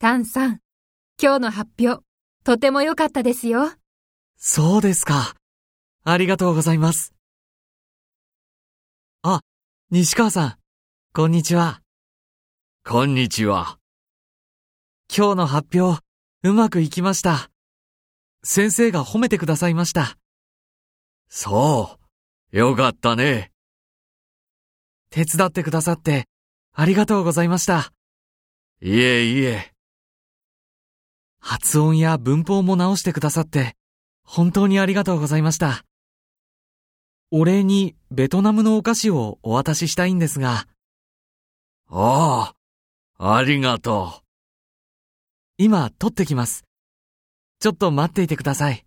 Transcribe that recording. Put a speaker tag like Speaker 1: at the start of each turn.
Speaker 1: タンさん、今日の発表、とても良かったですよ。
Speaker 2: そうですか。ありがとうございます。あ、西川さん、こんにちは。
Speaker 3: こんにちは。
Speaker 2: 今日の発表、うまくいきました。先生が褒めてくださいました。
Speaker 3: そう。よかったね。
Speaker 2: 手伝ってくださって、ありがとうございました。
Speaker 3: いえいえ。
Speaker 2: 発音や文法も直してくださって、本当にありがとうございました。お礼にベトナムのお菓子をお渡ししたいんですが、
Speaker 3: ああ、ありがと
Speaker 2: 今取ってきます。ちょっと待っていてください。